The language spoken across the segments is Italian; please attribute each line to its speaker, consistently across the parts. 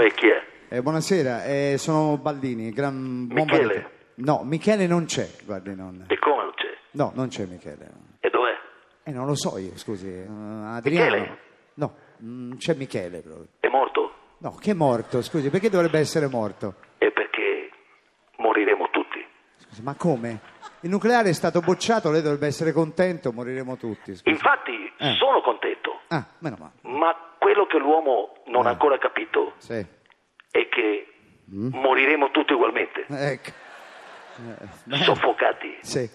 Speaker 1: Uè, chi è?
Speaker 2: Eh, buonasera, eh, sono Baldini, gran buon
Speaker 1: Michele.
Speaker 2: baritono. No, Michele non c'è, guardi, non.
Speaker 1: E come non c'è?
Speaker 2: No, non c'è Michele.
Speaker 1: E dov'è?
Speaker 2: Eh, non lo so io, scusi. eh, Adriano.
Speaker 1: Michele?
Speaker 2: No, mm, c'è Michele proprio.
Speaker 1: È morto?
Speaker 2: No, che è morto, scusi, perché dovrebbe essere morto?
Speaker 1: E perché moriremo tutti.
Speaker 2: Scusi, ma come? Il nucleare è stato bocciato, lei dovrebbe essere contento, moriremo tutti. scusi.
Speaker 1: Infatti,
Speaker 2: Eh.
Speaker 1: sono contento,
Speaker 2: Ah, meno male.
Speaker 1: ma quello che l'uomo non ha
Speaker 2: Eh. Mm?
Speaker 1: ancora capito
Speaker 2: Sì.
Speaker 1: è che moriremo tutti ugualmente,
Speaker 2: Ecco. Eh,
Speaker 1: soffocati,
Speaker 2: sì.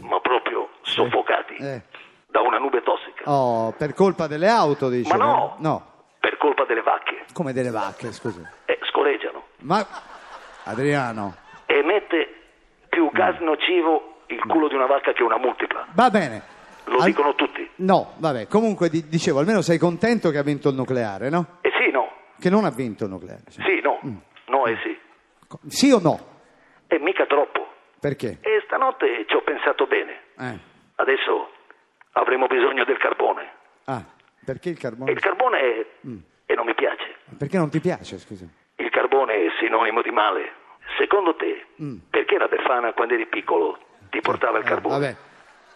Speaker 1: ma proprio soffocati
Speaker 2: Eh.
Speaker 1: da una nube tossica.
Speaker 2: Oh, per colpa delle auto, dice.
Speaker 1: Ma no,
Speaker 2: No,
Speaker 1: per colpa delle vacche,
Speaker 2: come delle vacche, scusi.
Speaker 1: eh, scorreggiano.
Speaker 2: Ma Adriano,
Speaker 1: Emette
Speaker 2: Mm.
Speaker 1: più gas nocivo il culo di una vacca che una multipla.
Speaker 2: va bene.
Speaker 1: Lo
Speaker 2: Mm. Al-
Speaker 1: dicono tutti.
Speaker 2: No, vabbè, comunque di- dicevo, almeno sei contento che ha vinto il nucleare, no?
Speaker 1: E Eh sì, no,
Speaker 2: Che non ha vinto il nucleare. cioè.
Speaker 1: sì, no, no e sì.
Speaker 2: Co- Sì o no?
Speaker 1: E mica troppo.
Speaker 2: Perché?
Speaker 1: E stanotte ci ho pensato bene.
Speaker 2: Eh.
Speaker 1: Adesso avremo bisogno del carbone.
Speaker 2: Ah, perché il
Speaker 1: E
Speaker 2: carbone?
Speaker 1: il carbone è...
Speaker 2: Mm.
Speaker 1: e non mi piace.
Speaker 2: Perché non ti piace, scusa?
Speaker 1: Il carbone è sinonimo di male. Secondo te, perché la Befana quando eri piccolo ti portava il
Speaker 2: Mm. Eh,
Speaker 1: carbone?
Speaker 2: vabbè,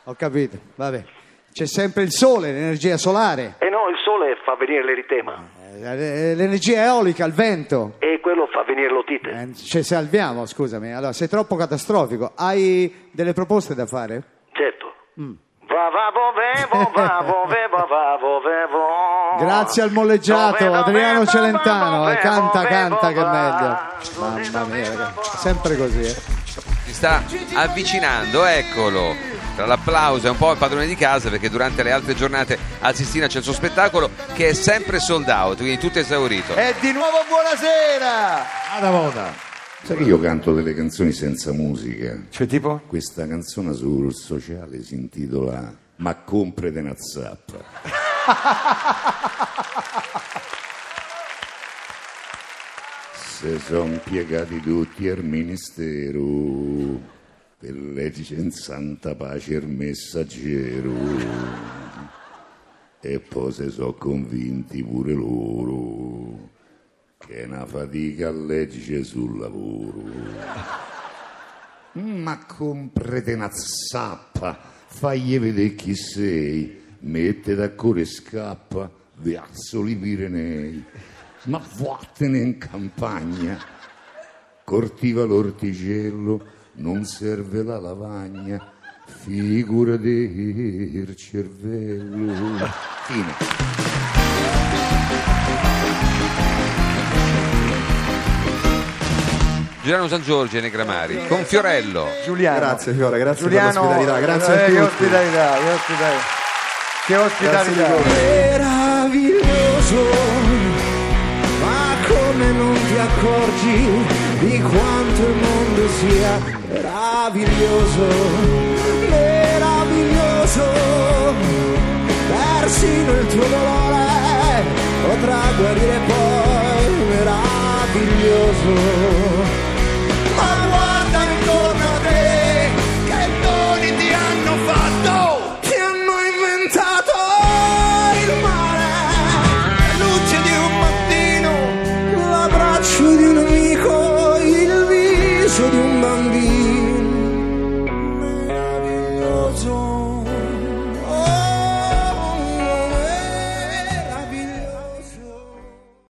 Speaker 2: ho capito, vabbè. C'è sempre il sole, l'energia solare,
Speaker 1: E no, il sole fa venire l'eritema
Speaker 2: eh, l'energia eolica, il vento.
Speaker 1: e quello fa venire l'otite.
Speaker 2: Eh, ci salviamo, scusami. Allora, sei troppo catastrofico. Hai delle proposte da fare?
Speaker 1: Certo.
Speaker 2: Mm.
Speaker 1: Va va vovevo, va vovevo, va vovevo.
Speaker 2: Grazie al molleggiato
Speaker 1: Dove,
Speaker 2: Adriano
Speaker 1: dove,
Speaker 2: Celentano, eh,
Speaker 1: dove,
Speaker 2: canta,
Speaker 1: dove,
Speaker 2: canta che è
Speaker 1: va?
Speaker 2: meglio.
Speaker 1: Dove,
Speaker 2: Mamma mia,
Speaker 1: dove,
Speaker 2: ragazzi,
Speaker 1: va?
Speaker 2: sempre così. eh.
Speaker 3: Si sta avvicinando, eccolo. Tra l'applauso è un po' il padrone di casa perché durante le altre giornate a Sistina c'è il suo spettacolo che è sempre sold out, quindi tutto esaurito.
Speaker 2: Eh.
Speaker 4: E di nuovo buonasera! Ada Voda.
Speaker 5: Sai che io canto delle canzoni senza musica?
Speaker 4: Cioè tipo?
Speaker 5: Questa canzone sul sociale si intitola Ma comprete una zappa. Se son piegati tutti al ministero per legge in santa pace il messaggero. E poi se so convinti pure loro che è una fatica a legge sul lavoro. Ma comprete una zappa, fagli vedere chi sei, mette da cuore e scappa, viazzoli Pirenei, ma vattene in campagna. Cortiva l'orticello, non serve la lavagna, figura del cervello. Fine.
Speaker 3: Giuliano San Giorgio e Negramari con Fiorello.
Speaker 4: Giuliano.
Speaker 6: Grazie Fiora, grazie
Speaker 4: Giuliano.
Speaker 6: per l'ospitalità, grazie
Speaker 4: Eh,
Speaker 6: a
Speaker 4: Che
Speaker 6: tutti.
Speaker 4: ospitalità, che ospitalità. Che
Speaker 6: Grazie
Speaker 4: ospitalità.
Speaker 6: di voi.
Speaker 7: meraviglioso, ma come non ti accorgi di quanto il mondo sia meraviglioso, meraviglioso, persino il tuo dolore potrà guarire poi, meraviglioso.
Speaker 5: Oh,